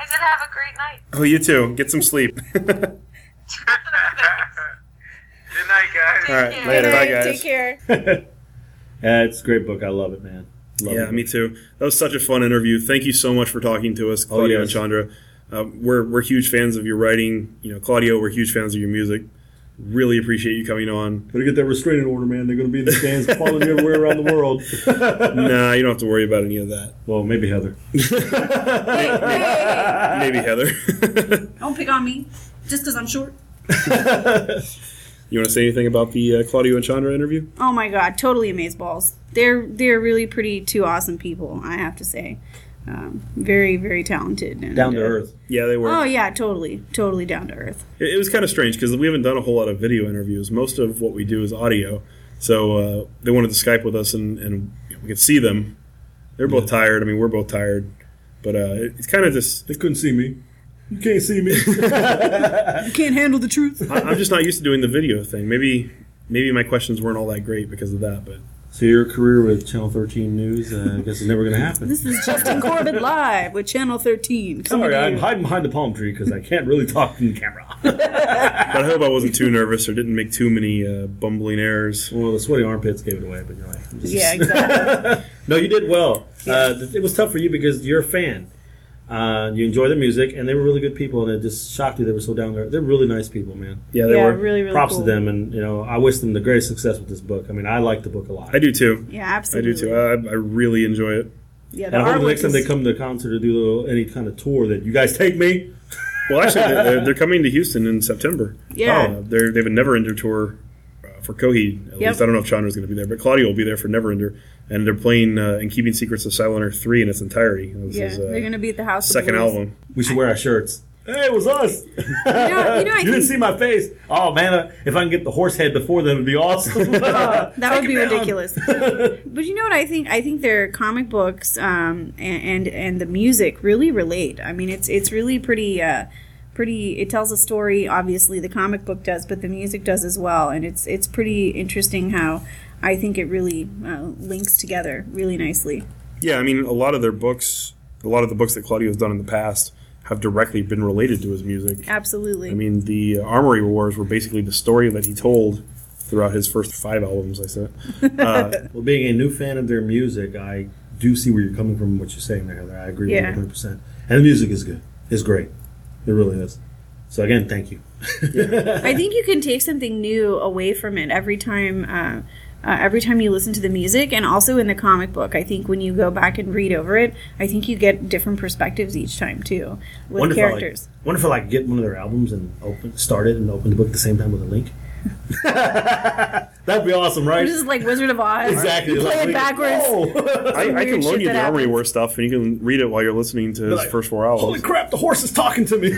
Speaker 5: said have a great night.
Speaker 2: Oh, you too. Get some sleep. All
Speaker 6: Good night, guys.
Speaker 2: right.
Speaker 5: Good
Speaker 2: Later. Bye,
Speaker 3: Alright,
Speaker 2: guys.
Speaker 3: Take care.
Speaker 1: yeah, Uh, it's a great book. I love it, man. Love
Speaker 2: Yeah,
Speaker 1: it.
Speaker 2: me too. That was such a fun interview. Thank you so much for talking to us, Claudio
Speaker 1: Oh, yes.
Speaker 2: and Chandra. Uh, we're we're huge fans of your writing. You know, Claudio, we're huge fans of your music. Really appreciate you coming on.
Speaker 1: Gotta get that restraining order, man. They're gonna be in the stands following you everywhere around the world.
Speaker 2: nah, you don't have to worry about any of that.
Speaker 1: well, maybe Heather.
Speaker 2: Maybe Heather.
Speaker 8: Don't pick on me just because I'm short.
Speaker 2: you want to say anything about the uh, Claudio and Chandra interview?
Speaker 3: Oh my God, totally amazed balls. They're they're really pretty two awesome people. I have to say, um, very very talented and
Speaker 1: Down to
Speaker 3: uh,
Speaker 1: earth.
Speaker 2: Yeah, they were.
Speaker 3: Oh yeah, totally totally down to earth.
Speaker 2: It, it was kind of strange because we haven't done a whole lot of video interviews. Most of what we do is audio. So uh, they wanted to Skype with us, and, and we could see them. They're both tired. I mean, we're both tired. But uh, it, it's kind of just
Speaker 1: They couldn't see me. You can't see me.
Speaker 8: You can't handle the truth.
Speaker 2: I- I'm just not used to doing the video thing. Maybe maybe my questions weren't all that great because of that, but
Speaker 1: so your career with Channel 13 News, uh, I guess is never gonna happen.
Speaker 3: This is Justin Corbett live with Channel 13. Coming
Speaker 1: Sorry,
Speaker 3: to
Speaker 1: I'm
Speaker 3: you.
Speaker 1: hiding behind the palm tree because I can't really talk in camera.
Speaker 2: but I hope I wasn't too nervous or didn't make too many uh, bumbling errors.
Speaker 1: well, the sweaty armpits gave it away, but you're like,
Speaker 3: Yeah, exactly.
Speaker 1: no, you did well. Uh, th- it was tough for you because you're a fan. Uh, you enjoy the music, and they were really good people, and it just shocked you they were so down there. They're really nice people, man.
Speaker 2: Yeah, they
Speaker 3: yeah,
Speaker 2: were.
Speaker 3: really really
Speaker 1: Props
Speaker 3: cool.
Speaker 1: to them, and you know, I wish them the greatest success with this book. I mean, I like the book a lot.
Speaker 2: I do too.
Speaker 3: Yeah,
Speaker 2: I do
Speaker 3: absolutely.
Speaker 2: too. I, I really enjoy it.
Speaker 3: yeah, the
Speaker 1: Uh, And I hope the
Speaker 3: artwork
Speaker 1: next time
Speaker 3: is-
Speaker 1: they come to a concert or do a little, any kind of tour that you guys take me.
Speaker 2: Well, actually, they're, they're- they're coming to Houston in September.
Speaker 3: Yeah.
Speaker 2: Uh, they're, they have a Never Ender tour uh, for Coheed. At
Speaker 3: Yep.
Speaker 2: least I don't know if Chandra's going to be there, but Claudia will be there for Never Ender, and they're playing uh, "In Keeping Secrets of Silent Earth" three in its entirety. This
Speaker 3: Yeah,
Speaker 2: is, uh,
Speaker 1: uh,
Speaker 3: they're gonna be at the house. of
Speaker 2: second
Speaker 3: Blues.
Speaker 2: album.
Speaker 1: We should wear our shirts. Hey, it was us. You,
Speaker 3: know- you know, I
Speaker 1: didn't
Speaker 3: think-
Speaker 1: see my face. Oh man, uh, if I can get the horse head before then, it would be awesome.
Speaker 3: That would be ridiculous. but you know what I think? I think their comic books um, and, and and the music really relate. I mean, it's it's really pretty. Uh, pretty it tells a story obviously the comic book does but the music does as well and it's it's pretty interesting how i think it really uh, links together really nicely
Speaker 2: Yeah, I mean, a lot of their books, a lot of the books that Claudio has done in the past, have directly been related to his music.
Speaker 3: absolutely
Speaker 2: I mean, the Armory Wars were basically the story that he told throughout his first five albums. I said,
Speaker 1: Well, being a new fan of their music, I do see where you're coming from, and what you're saying there, Heather. I agree
Speaker 3: Yeah.
Speaker 1: with you 100%. And the music is good. It's great. It really is. So, again, thank you.
Speaker 3: I think you can take something new away from it every time. Uh, uh, every time you listen to the music and also in the comic book. I think when you go back and read over it, I think you get different perspectives each time too with
Speaker 1: Wonderful.
Speaker 3: characters.
Speaker 1: Like, wonderful. Like get one of their albums and open, start it, and open the book at the same time with a link. That'd be awesome, right?
Speaker 3: This is like Wizard of Oz.
Speaker 1: Exactly.
Speaker 3: You play
Speaker 1: Like,
Speaker 3: it backwards.
Speaker 1: oh.
Speaker 2: I, I can
Speaker 3: weird
Speaker 2: loan
Speaker 3: shit
Speaker 2: you
Speaker 3: that
Speaker 2: the Armory
Speaker 3: happens.
Speaker 2: War stuff, and you can read it while you're listening to his
Speaker 1: Like,
Speaker 2: first four albums.
Speaker 1: Holy crap! The horse is talking to me.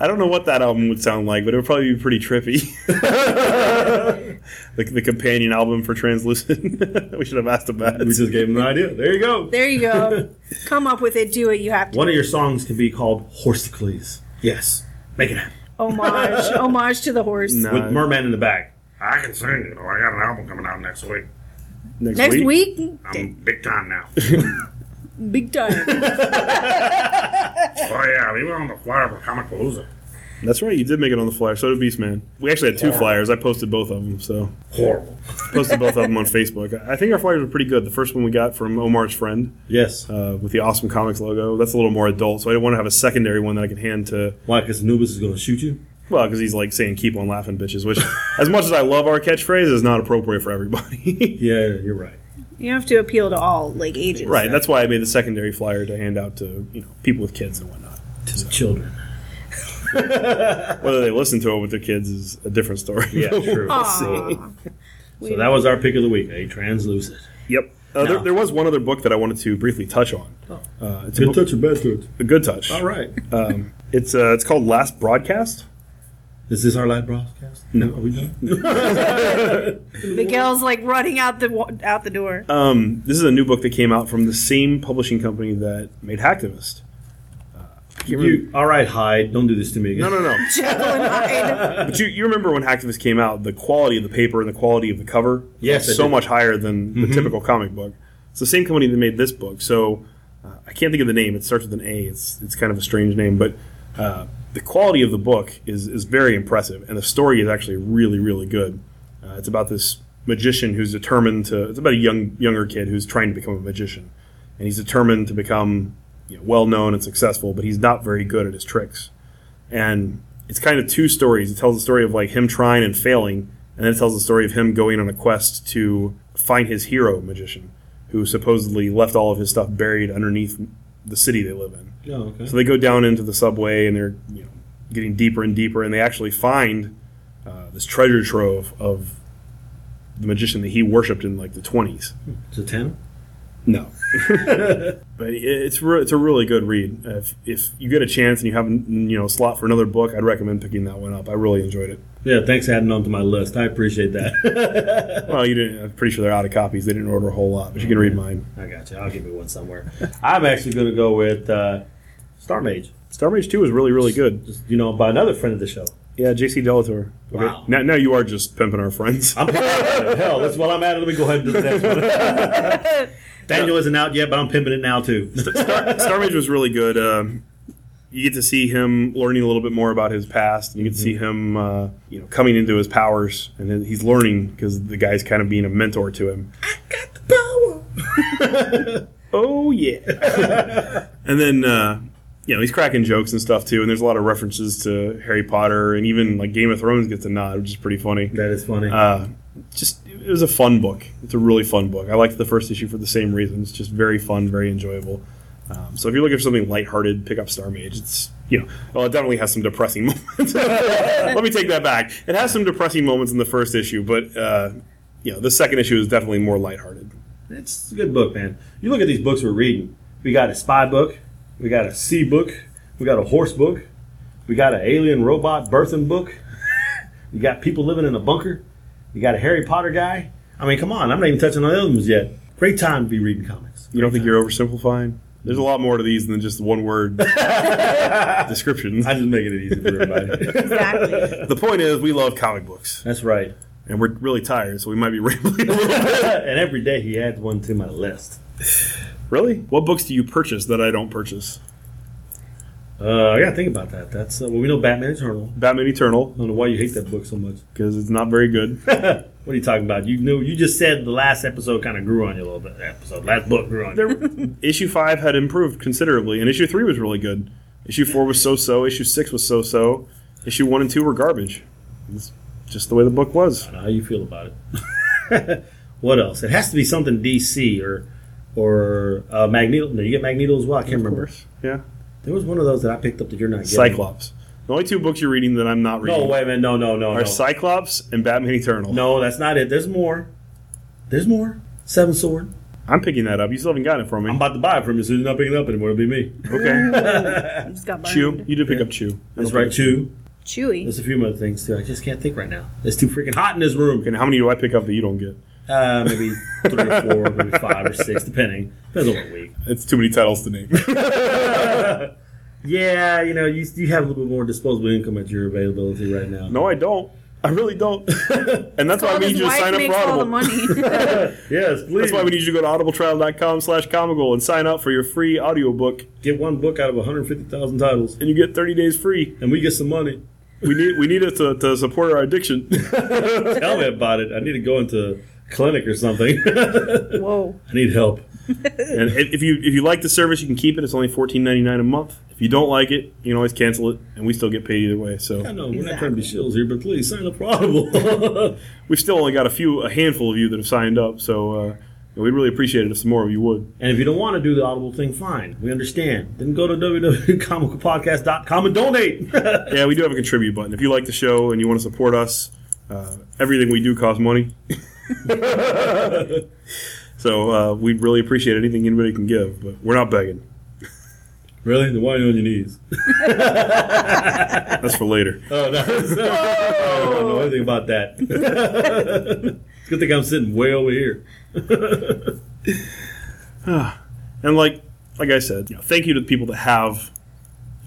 Speaker 2: I don't know what that album would sound like, but it would probably be pretty trippy. the, the companion album for Translucent. we should have asked about
Speaker 1: we
Speaker 2: it.
Speaker 1: just gave him an idea. There you go.
Speaker 3: There you go. Come up with it. Do it. You have to.
Speaker 1: One of your songs can be called Horsecles. Yes, make it happen.
Speaker 3: homage. homage to the horse.
Speaker 2: No.
Speaker 1: With Merman in the back.
Speaker 4: I can sing, you know. I got an album coming out next week.
Speaker 3: Next week,
Speaker 4: I'm big time now.
Speaker 3: big time.
Speaker 4: oh, yeah, we were on the flyer for Comic Palooza.
Speaker 2: That's right, you did make it on the flyer. So did Beastman. We actually had two flyers. I posted both of them, so
Speaker 4: Horrible.
Speaker 2: posted both of them on Facebook. I think our flyers were pretty good. The first one we got from Omar's friend
Speaker 1: Yes.
Speaker 2: uh, with the awesome comics logo. That's a little more adult, so I didn't want to have a secondary one that I could hand to
Speaker 1: Why? Because Anubis is going to shoot you.
Speaker 2: Well, because he's like saying "keep on laughing, bitches," which, as much as I love our catchphrase, is not appropriate for everybody.
Speaker 1: Yeah, you're right.
Speaker 3: You have to appeal to all like ages.
Speaker 2: right. That's why I made the secondary flyer to hand out to you know people with kids and whatnot.
Speaker 1: To the children.
Speaker 2: Whether they listen to it with their kids is a different story.
Speaker 1: Yeah, true.
Speaker 3: Aw.
Speaker 1: So that was our pick of the week. A translucent.
Speaker 2: yep. Uh, there,
Speaker 1: No.
Speaker 2: there was one other book that I wanted to briefly touch on. Uh, it's a, book-
Speaker 1: touch or bad touch?
Speaker 2: a good touch.
Speaker 1: Oh. All right.
Speaker 2: Um, it's uh, it's called Last Broadcast.
Speaker 1: Is this our live broadcast? No. Are we done?
Speaker 3: Miguel's like running out the wa- out the door.
Speaker 1: Uh.
Speaker 2: Um, this is a new book that came out from the same publishing company that made Hacktivist. Uh, I can't remember-
Speaker 1: You, all right, Hyde. Don't do this to me again.
Speaker 2: no, no, no.
Speaker 3: Jekyll and Hyde.
Speaker 2: But you, you remember when Hacktivist came out, the quality of the paper and the quality of the cover
Speaker 1: Yes,
Speaker 2: was
Speaker 1: I
Speaker 2: so
Speaker 1: did.
Speaker 2: much higher than the typical comic book. It's the same company that made this book, so uh, I can't think of the name. It starts with an A. It's it's kind of a strange name, but uh, the quality of the book is is very impressive, and the story is actually really really good. Uh, it's about this magician who's determined to. It's about a young younger kid who's trying to become a magician, and he's determined to become you know, well known and successful, but he's not very good at his tricks and it's kind of two stories. It tells the story of like him trying and failing, and then it tells the story of him going on a quest to find his hero magician, who supposedly left all of his stuff buried underneath the city they live in.
Speaker 1: Oh, okay.
Speaker 2: So they go down into the subway, and they're you know getting deeper and deeper, and they actually find uh, this treasure trove of the magician that he worshipped in like the twenties.
Speaker 1: It's a ten.
Speaker 2: No. but it- it's re- it's a really good read. If, if you get a chance and you have you know a slot for another book, I'd recommend picking that one up. I really enjoyed it.
Speaker 1: Yeah. Thanks for adding on to my list. I appreciate that.
Speaker 2: Well, you didn't. I'm pretty sure they're out of copies. They didn't order a whole lot, but you can read mine.
Speaker 1: I got you. I'll give you one somewhere. I'm actually going to go with uh, Star Mage.
Speaker 2: Star Mage Two is really really good.
Speaker 1: Just, you know, by another friend of the show.
Speaker 2: Yeah, J.C. Delator. Okay.
Speaker 1: Wow.
Speaker 2: Now, now you are just pimping our friends.
Speaker 1: I'm hell. That's what I'm at. Let me go ahead and do the next one. Daniel isn't out yet, but I'm pimping it now too.
Speaker 2: Star, Star Mage was really good. Um, you get to see him learning a little bit more about his past, and you get to see him, uh, you know, coming into his powers, and then he's learning because the guy's kind of being a mentor to him. I got the power. oh yeah. and then, uh, you know, he's cracking jokes and stuff too, and there's a lot of references to Harry Potter, and even like Game of Thrones gets a nod, which is pretty funny.
Speaker 1: that is funny.
Speaker 2: Uh, just it was a fun book. It's a really fun book. I liked the first issue for the same reason. It's just very fun, very enjoyable. Um, so if you're looking for something lighthearted, pick up Star Mage. It's you know, well, it definitely has some depressing moments. Let me take that back. It has some depressing moments in the first issue, but uh, you know, the second issue is definitely more lighthearted.
Speaker 1: It's a good book, man. You look at these books we're reading. We got a spy book. We got a sea book. We got a horse book. We got an alien robot birthing book. you got people living in a bunker. You got a Harry Potter guy. I mean, come on. I'm not even touching on the other ones yet. Great time to be reading comics.
Speaker 2: You don't think you're oversimplifying? There's a lot more to these than just one word descriptions.
Speaker 1: I'm just making it easy for everybody.
Speaker 3: Exactly.
Speaker 2: The point is, we love comic books,
Speaker 1: That's right.
Speaker 2: and we're really tired, so we might be rambling a little bit.
Speaker 1: and every day he adds one to my list.
Speaker 2: Really? What books do you purchase that I don't purchase?
Speaker 1: Uh, I gotta think about that. That's uh, well, we know Batman Eternal.
Speaker 2: Batman Eternal,
Speaker 1: I don't know why you hate that book so much.
Speaker 2: because it's not very good.
Speaker 1: What are you talking about? You knew you just said the last episode kind of grew on you a little bit. Episode last book grew on you.
Speaker 2: There- issue five had improved considerably, and issue three was really good. Issue four was so so. Issue six was so so. Issue one and two were garbage. It's just the way the book was.
Speaker 1: I don't know how you feel about it. what else? It has to be something DC or or uh, Magneto. No, you get Magneto as well. I can't remember.
Speaker 2: Yeah.
Speaker 1: There was one of those that I picked up that you're not getting.
Speaker 2: Cyclops. The only two books you're reading that I'm not reading
Speaker 1: No, wait a minute. No, no, no,
Speaker 2: are
Speaker 1: no.
Speaker 2: Cyclops and Batman Eternal.
Speaker 1: no, that's not it. There's more. There's more. Seven Sword.
Speaker 2: I'm picking that up. You still haven't gotten it from me.
Speaker 1: I'm about to buy it from you. So you're not picking it up anymore. It'll be me.
Speaker 2: okay.
Speaker 3: I just got burned.
Speaker 2: Chew. You did pick up Chew.
Speaker 1: That's right, too.
Speaker 3: Chewy.
Speaker 1: There's a few other things, too. I just can't think right now. It's too freaking hot in this room.
Speaker 2: And how many do I pick up that you don't get?
Speaker 1: Uh, maybe three or four, maybe five or six, depending. Depends on what week.
Speaker 2: It's too many titles to name.
Speaker 1: Yeah, you know, you, you have a little bit more disposable income at your availability right now.
Speaker 2: no, I don't. I really don't. and that's why
Speaker 3: Well,
Speaker 2: we need
Speaker 3: his
Speaker 2: you to
Speaker 3: wife
Speaker 2: sign up for
Speaker 3: makes all the
Speaker 2: Audible.
Speaker 3: money.
Speaker 1: Yes, please.
Speaker 2: That's why we need you to go to audibletrial.com slash comical and sign up for your free audiobook
Speaker 1: get one book out of 150,000 titles,
Speaker 2: and you get 30 days free.
Speaker 1: and we get some money.
Speaker 2: We need we need it to, to support our addiction.
Speaker 1: Tell me about it. I need to go into clinic or something. I
Speaker 3: Whoa.
Speaker 1: need help.
Speaker 2: and if if you if you like the service, you can keep it. It's only fourteen ninety nine a month. If you don't like it, you can always cancel it, and we still get paid either way.
Speaker 1: I
Speaker 2: So
Speaker 1: know we're not trying to be shills here, but please sign up for Audible.
Speaker 2: we've still only got a few a handful of you that have signed up. So uh, we'd really appreciate it if some more of you would.
Speaker 1: and if you don't want to do the Audible thing, fine. We understand. Then go to www.comicalpodcast.com and donate.
Speaker 2: Yeah, we do have a contribute button. If you like the show and you want to support us, uh, everything we do costs money. so uh, we'd really appreciate anything anybody can give, but we're not begging.
Speaker 1: really? Then why are you on your knees?
Speaker 2: That's for later.
Speaker 1: Oh, no. I don't know anything about that. it's a good thing I'm sitting way over here.
Speaker 2: And like like I said, you know, thank you to the people that have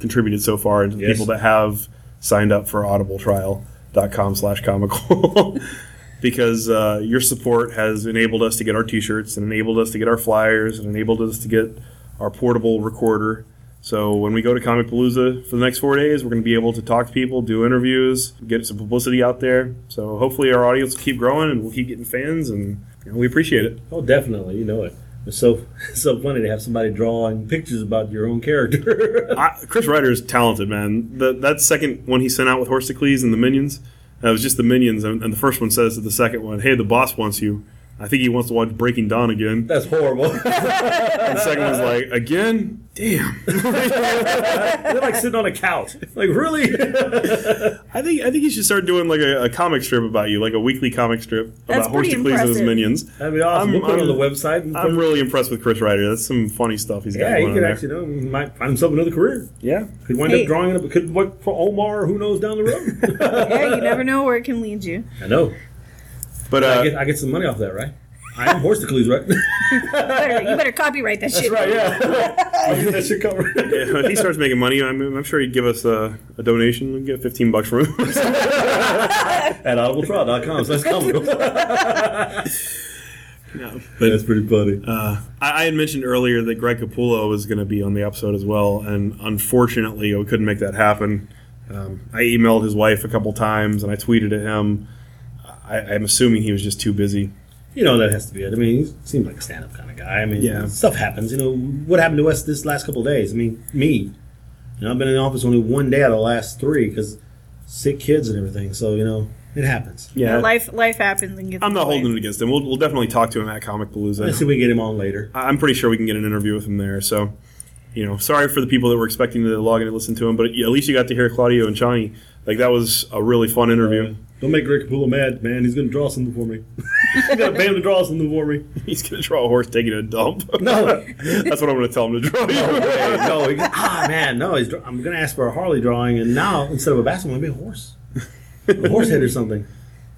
Speaker 2: contributed so far and to the
Speaker 1: Yes.
Speaker 2: people that have signed up for audibletrial.com slash comical because uh, your support has enabled us to get our t-shirts and enabled us to get our flyers and enabled us to get our portable recorder so when we go to comic palooza for the next four days we're going to be able to talk to people do interviews get some publicity out there so hopefully our audience will keep growing and we'll keep getting fans and you know, we appreciate it
Speaker 1: Oh, definitely. You know it. It's so so funny to have somebody drawing pictures about your own character.
Speaker 2: I, Chris Ryder is talented, man. The, that second one he sent out with Horsicles and the Minions, that was just the Minions, and, and the first one says to the second one, "Hey, the boss wants you." I think he wants to watch Breaking Dawn again.
Speaker 1: That's horrible.
Speaker 2: And the second one's like, "Again? Damn."
Speaker 1: They're like sitting on a couch. Like really?
Speaker 2: I think I think you should start doing like a, a comic strip about you, like a weekly comic strip
Speaker 3: That's
Speaker 2: about
Speaker 3: pretty
Speaker 2: Horsicles and his
Speaker 3: impressive.
Speaker 2: Minions.
Speaker 1: That'd be awesome.
Speaker 2: I'm-
Speaker 1: we'll put it on
Speaker 2: I'm-
Speaker 1: the website. And
Speaker 2: I'm
Speaker 1: put-
Speaker 2: really impressed with Chris Ryder. That's some funny stuff he's got
Speaker 1: yeah,
Speaker 2: going
Speaker 1: he
Speaker 2: on
Speaker 1: could
Speaker 2: there.
Speaker 1: actually you know he might find himself another career.
Speaker 2: yeah,
Speaker 1: Could wind
Speaker 3: Hey.
Speaker 1: up drawing it. Could work for Omar. Who knows down the road?
Speaker 3: Yeah, you never know where it can lead you.
Speaker 1: I know.
Speaker 2: but uh,
Speaker 1: I get I get some money off that, right? I am Horsticles, right?
Speaker 3: Better, you better copyright that shit.
Speaker 1: Yeah. that should cover.
Speaker 2: Yeah, if he starts making money, I'm, I'm sure he'd give us a, a donation. We'd get 15 bucks from him.
Speaker 1: At audibletrial.com. So that's comical.
Speaker 2: No.
Speaker 1: That's pretty funny.
Speaker 2: Uh, I, I had mentioned earlier that Greg Capullo was going to be on the episode as well, and unfortunately, we couldn't make that happen. Um, I emailed his wife a couple times, and I tweeted at him. I, I'm assuming he was just too busy.
Speaker 1: You know that has to be it. I mean, he seems like a stand-up kind of guy. I mean,
Speaker 2: Yeah.
Speaker 1: stuff happens. You know what happened to us this last couple of days? I mean, me. You know, I've been in the office only one day out of the last three because sick kids and everything. So you know, it happens.
Speaker 2: Yeah,
Speaker 3: Life life happens and gets
Speaker 2: I'm
Speaker 3: in the
Speaker 2: not
Speaker 3: way.
Speaker 2: holding it against him. We'll, we'll definitely talk to him at Comic
Speaker 1: Let's see if
Speaker 2: Palooza.
Speaker 1: we can get him on later.
Speaker 2: I'm pretty sure we can get an interview with him there. So, you know, sorry for the people that were expecting to log in and listen to him, but at least you got to hear Claudio and Johnny. Like that was a really fun interview.
Speaker 1: Don't make Greg Capullo mad, man. He's going to draw something for me. He's going to pay him to draw something for me.
Speaker 2: He's gonna draw a horse taking a dump.
Speaker 1: No,
Speaker 2: That's what I'm gonna tell him to draw.
Speaker 1: Hey, no. He, ah, man, no. He's, dra- I'm going to ask for a Harley drawing, and now instead of a basketball, it'll be a horse, a horse head or something.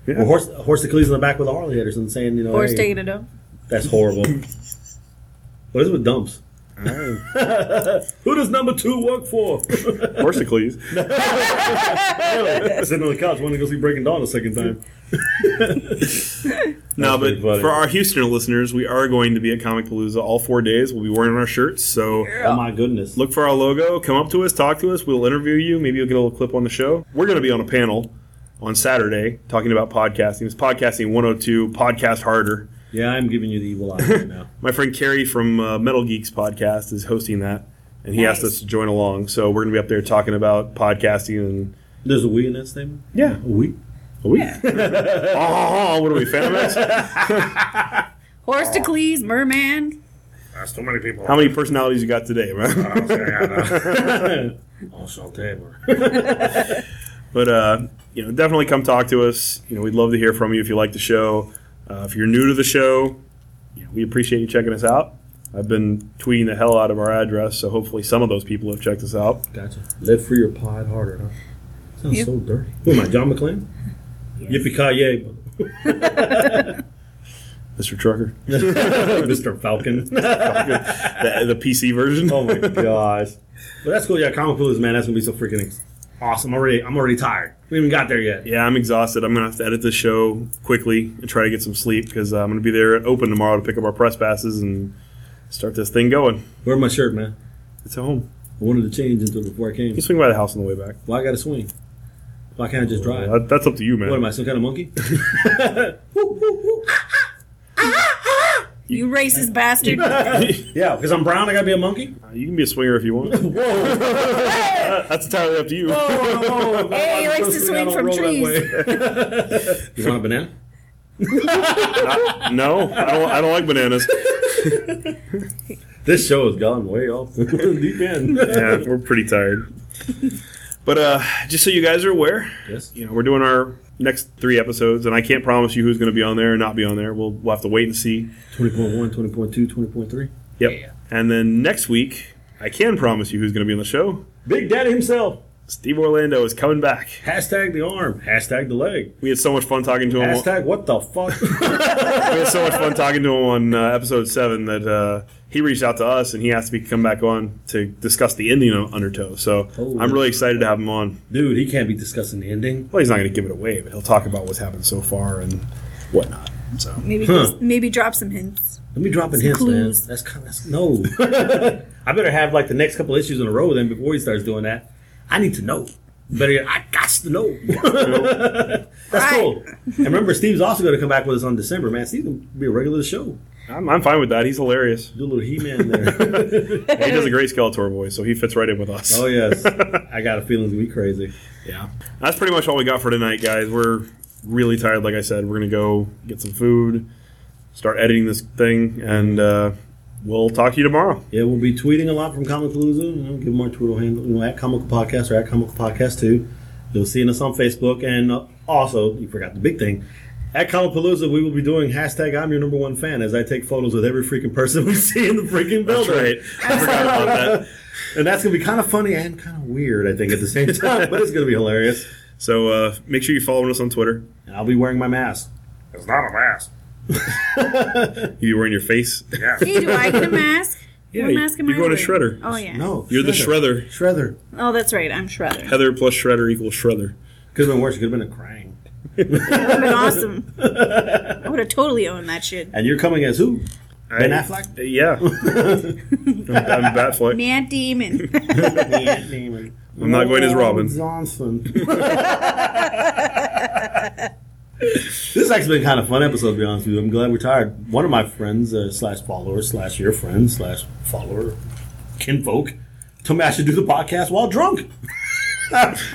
Speaker 1: Or horse, a horse that on the back with a Harley head or something, saying, you know,
Speaker 3: Or
Speaker 1: hey,
Speaker 3: taking it up.
Speaker 1: That's horrible. what is it with dumps?
Speaker 2: Oh.
Speaker 1: Who does number two work for?
Speaker 2: Horsicles.
Speaker 1: Sitting on the couch, wanting to go see Breaking Dawn a second time.
Speaker 2: No,
Speaker 1: That's
Speaker 2: but
Speaker 1: pretty funny.
Speaker 2: for our Houston listeners, we are going to be at Comic Palooza all four days. We'll be wearing our shirts. So
Speaker 1: Oh my goodness!
Speaker 2: look for our logo. Come up to us, talk to us. We'll interview you. Maybe you'll get a little clip on the show. We're going to be on a panel on Saturday talking about podcasting. It's Podcasting 102, Podcast Harder.
Speaker 1: yeah, I'm giving you the evil eye right now.
Speaker 2: My friend Kerry from uh, Metal Geeks Podcast is hosting that, and he asked
Speaker 3: Nice.
Speaker 2: us to join along. So we're going to be up there talking about podcasting and
Speaker 1: There's a we in that statement.
Speaker 2: yeah,
Speaker 1: A we.
Speaker 2: A week? oh, what are we, Phantomax?
Speaker 3: Horstocles, Merman.
Speaker 4: That's too many people.
Speaker 2: How many personalities you got today, man?
Speaker 4: I Oh, was saying, uh,
Speaker 1: Also Tabor.
Speaker 2: But uh, you know, definitely come talk to us. You know, we'd love to hear from you if you like the show. Uh, if you're new to the show, you know, we appreciate you checking us out. I've been tweeting the hell out of our address, so hopefully some of those people have checked us out.
Speaker 1: Gotcha. Let free your pod harder, huh? Sounds
Speaker 3: Yep.
Speaker 1: so dirty. Who am I, John McClane? Yippee ki yay,
Speaker 2: Mr. Trucker,
Speaker 1: Mr. Falcon.
Speaker 2: the, the PC version.
Speaker 1: oh my gosh! But that's cool. Yeah, comic books, man. That's gonna be so freaking awesome. Already, I'm already tired. We haven't even got there yet.
Speaker 2: Yeah, I'm exhausted. I'm gonna have to edit this show quickly and try to get some sleep because uh, I'm gonna be there at open tomorrow to pick up our press passes and start this thing going.
Speaker 1: Where's my shirt, man?
Speaker 2: It's at home.
Speaker 1: I wanted to change into it before I came.
Speaker 2: You can swing by the house on the way back.
Speaker 1: Why I gotta swing? Why can't I just drive?
Speaker 2: That- that's up to you, man.
Speaker 1: What am I, some kind of monkey?
Speaker 3: You racist bastard.
Speaker 1: yeah, because I'm brown, I gotta be a monkey.
Speaker 2: You can be a swinger if you want. That- That's entirely up to you.
Speaker 3: Hey, he
Speaker 1: I'm
Speaker 3: likes to
Speaker 1: supposed be- I
Speaker 3: swing
Speaker 1: don't
Speaker 3: from
Speaker 1: roll that
Speaker 3: trees.
Speaker 1: way. you want a banana?
Speaker 2: no, I don't, I don't like bananas.
Speaker 1: This show has gone way off the deep end.
Speaker 2: Yeah, we're pretty tired. But uh, just so you guys are aware,
Speaker 1: Yes.
Speaker 2: you know, we're doing our next three episodes, and I can't promise you who's going to be on there and not be on there. We'll, we'll have to wait and see.
Speaker 1: 20.1, 20.2, 20.3.
Speaker 2: Yep. And then next week, I can promise you who's going to be on the show.
Speaker 1: Big Daddy himself.
Speaker 2: Steve Orlando is coming back.
Speaker 1: Hashtag the arm. Hashtag the leg.
Speaker 2: We had so much fun talking to him.
Speaker 1: Hashtag what the fuck.
Speaker 2: we had so much fun talking to him on uh, episode seven that uh, he reached out to us and he asked me to come back on to discuss the ending of Undertow. So
Speaker 1: Oh.
Speaker 2: I'm really excited to have him on.
Speaker 1: Dude, he can't be discussing the ending.
Speaker 2: Well, he's not going to give it away, but he'll talk about what's happened so far and whatnot. So
Speaker 3: Maybe
Speaker 1: Huh.
Speaker 3: just- maybe drop some hints.
Speaker 1: Let me drop in hints, man.
Speaker 3: clues.
Speaker 1: That's kind of no. I better have like the next couple issues in a row. Then before he starts doing that, I need to know. Better, yet, I got to know. That's
Speaker 3: Right.
Speaker 1: cool. And remember, Steve's also going to come back with us on December, man. Steve's going to be a regular to the show.
Speaker 2: I'm, I'm fine with that. He's hilarious.
Speaker 1: Do a little He Man there.
Speaker 2: And he does a great Skeletor voice, so he fits right in with us.
Speaker 1: oh yes, I got a feeling it's gonna be crazy.
Speaker 2: Yeah. That's pretty much all we got for tonight, guys. We're really tired, like I said. We're going to go get some food, start editing this thing, and uh, we'll talk to you tomorrow.
Speaker 1: Yeah, we'll be tweeting a lot from Comic Palooza. You know, give them our Twitter handle, you know, at Comic Podcast or at Comic Podcast too. You'll see us on Facebook, and uh, also you forgot the big thing. At Comic Palooza, we will be doing hashtag I'm your number one fan as I take photos with every freaking person we see in the freaking
Speaker 2: That's
Speaker 1: building.
Speaker 2: right. I forgot about that.
Speaker 1: And that's gonna be kind of funny and kind of weird, I think, at the same time. but it's gonna be hilarious.
Speaker 2: So uh, make sure you're following us on Twitter.
Speaker 1: And I'll be wearing my mask.
Speaker 4: it's not a mask.
Speaker 2: You were in your face.
Speaker 4: Yeah.
Speaker 3: Hey, do I get a mask?
Speaker 2: Yeah,
Speaker 3: what mask am
Speaker 2: you're
Speaker 3: I
Speaker 2: going to Shredder.
Speaker 3: wearing? Oh yeah.
Speaker 1: No,
Speaker 2: You're the Shredder.
Speaker 1: Shredder.
Speaker 3: Oh, that's right. I'm Shredder.
Speaker 2: Heather plus Shredder equals Shredder.
Speaker 1: Could have been worse. Could have been a crying.
Speaker 3: That would have been awesome. I would have totally owned that shit.
Speaker 1: And you're coming as who? Ben
Speaker 2: I-
Speaker 1: Affleck.
Speaker 2: Yeah. I'm, I'm Batfleck.
Speaker 3: Man Demon.
Speaker 2: I'm not going as Robin.
Speaker 1: Johnson. this has actually been kind of fun episode, to be honest with you. I'm glad we're tired. One of my friends, uh, slash follower, slash your friend, slash follower, kinfolk, told me I should do the podcast while drunk.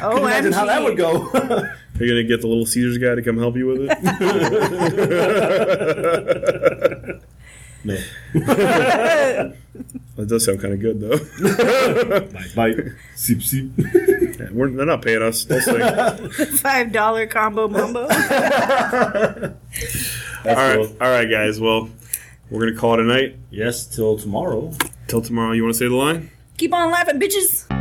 Speaker 3: Oh,
Speaker 1: Imagine how that would go.
Speaker 2: Are you going to get the Little Caesars guy to come help you with it?
Speaker 1: no.
Speaker 2: That does sound kind of good, though.
Speaker 1: Bite, bite. Seep, seep.
Speaker 2: Yeah, we're, they're not paying us. They'll sing. all
Speaker 3: Five dollar combo mumbo.
Speaker 1: That's
Speaker 2: right,
Speaker 1: cool.
Speaker 2: all right, guys. Well, we're gonna call it a night.
Speaker 1: Yes, till tomorrow.
Speaker 2: Till tomorrow. You want to say the line?
Speaker 3: Keep on laughing, bitches.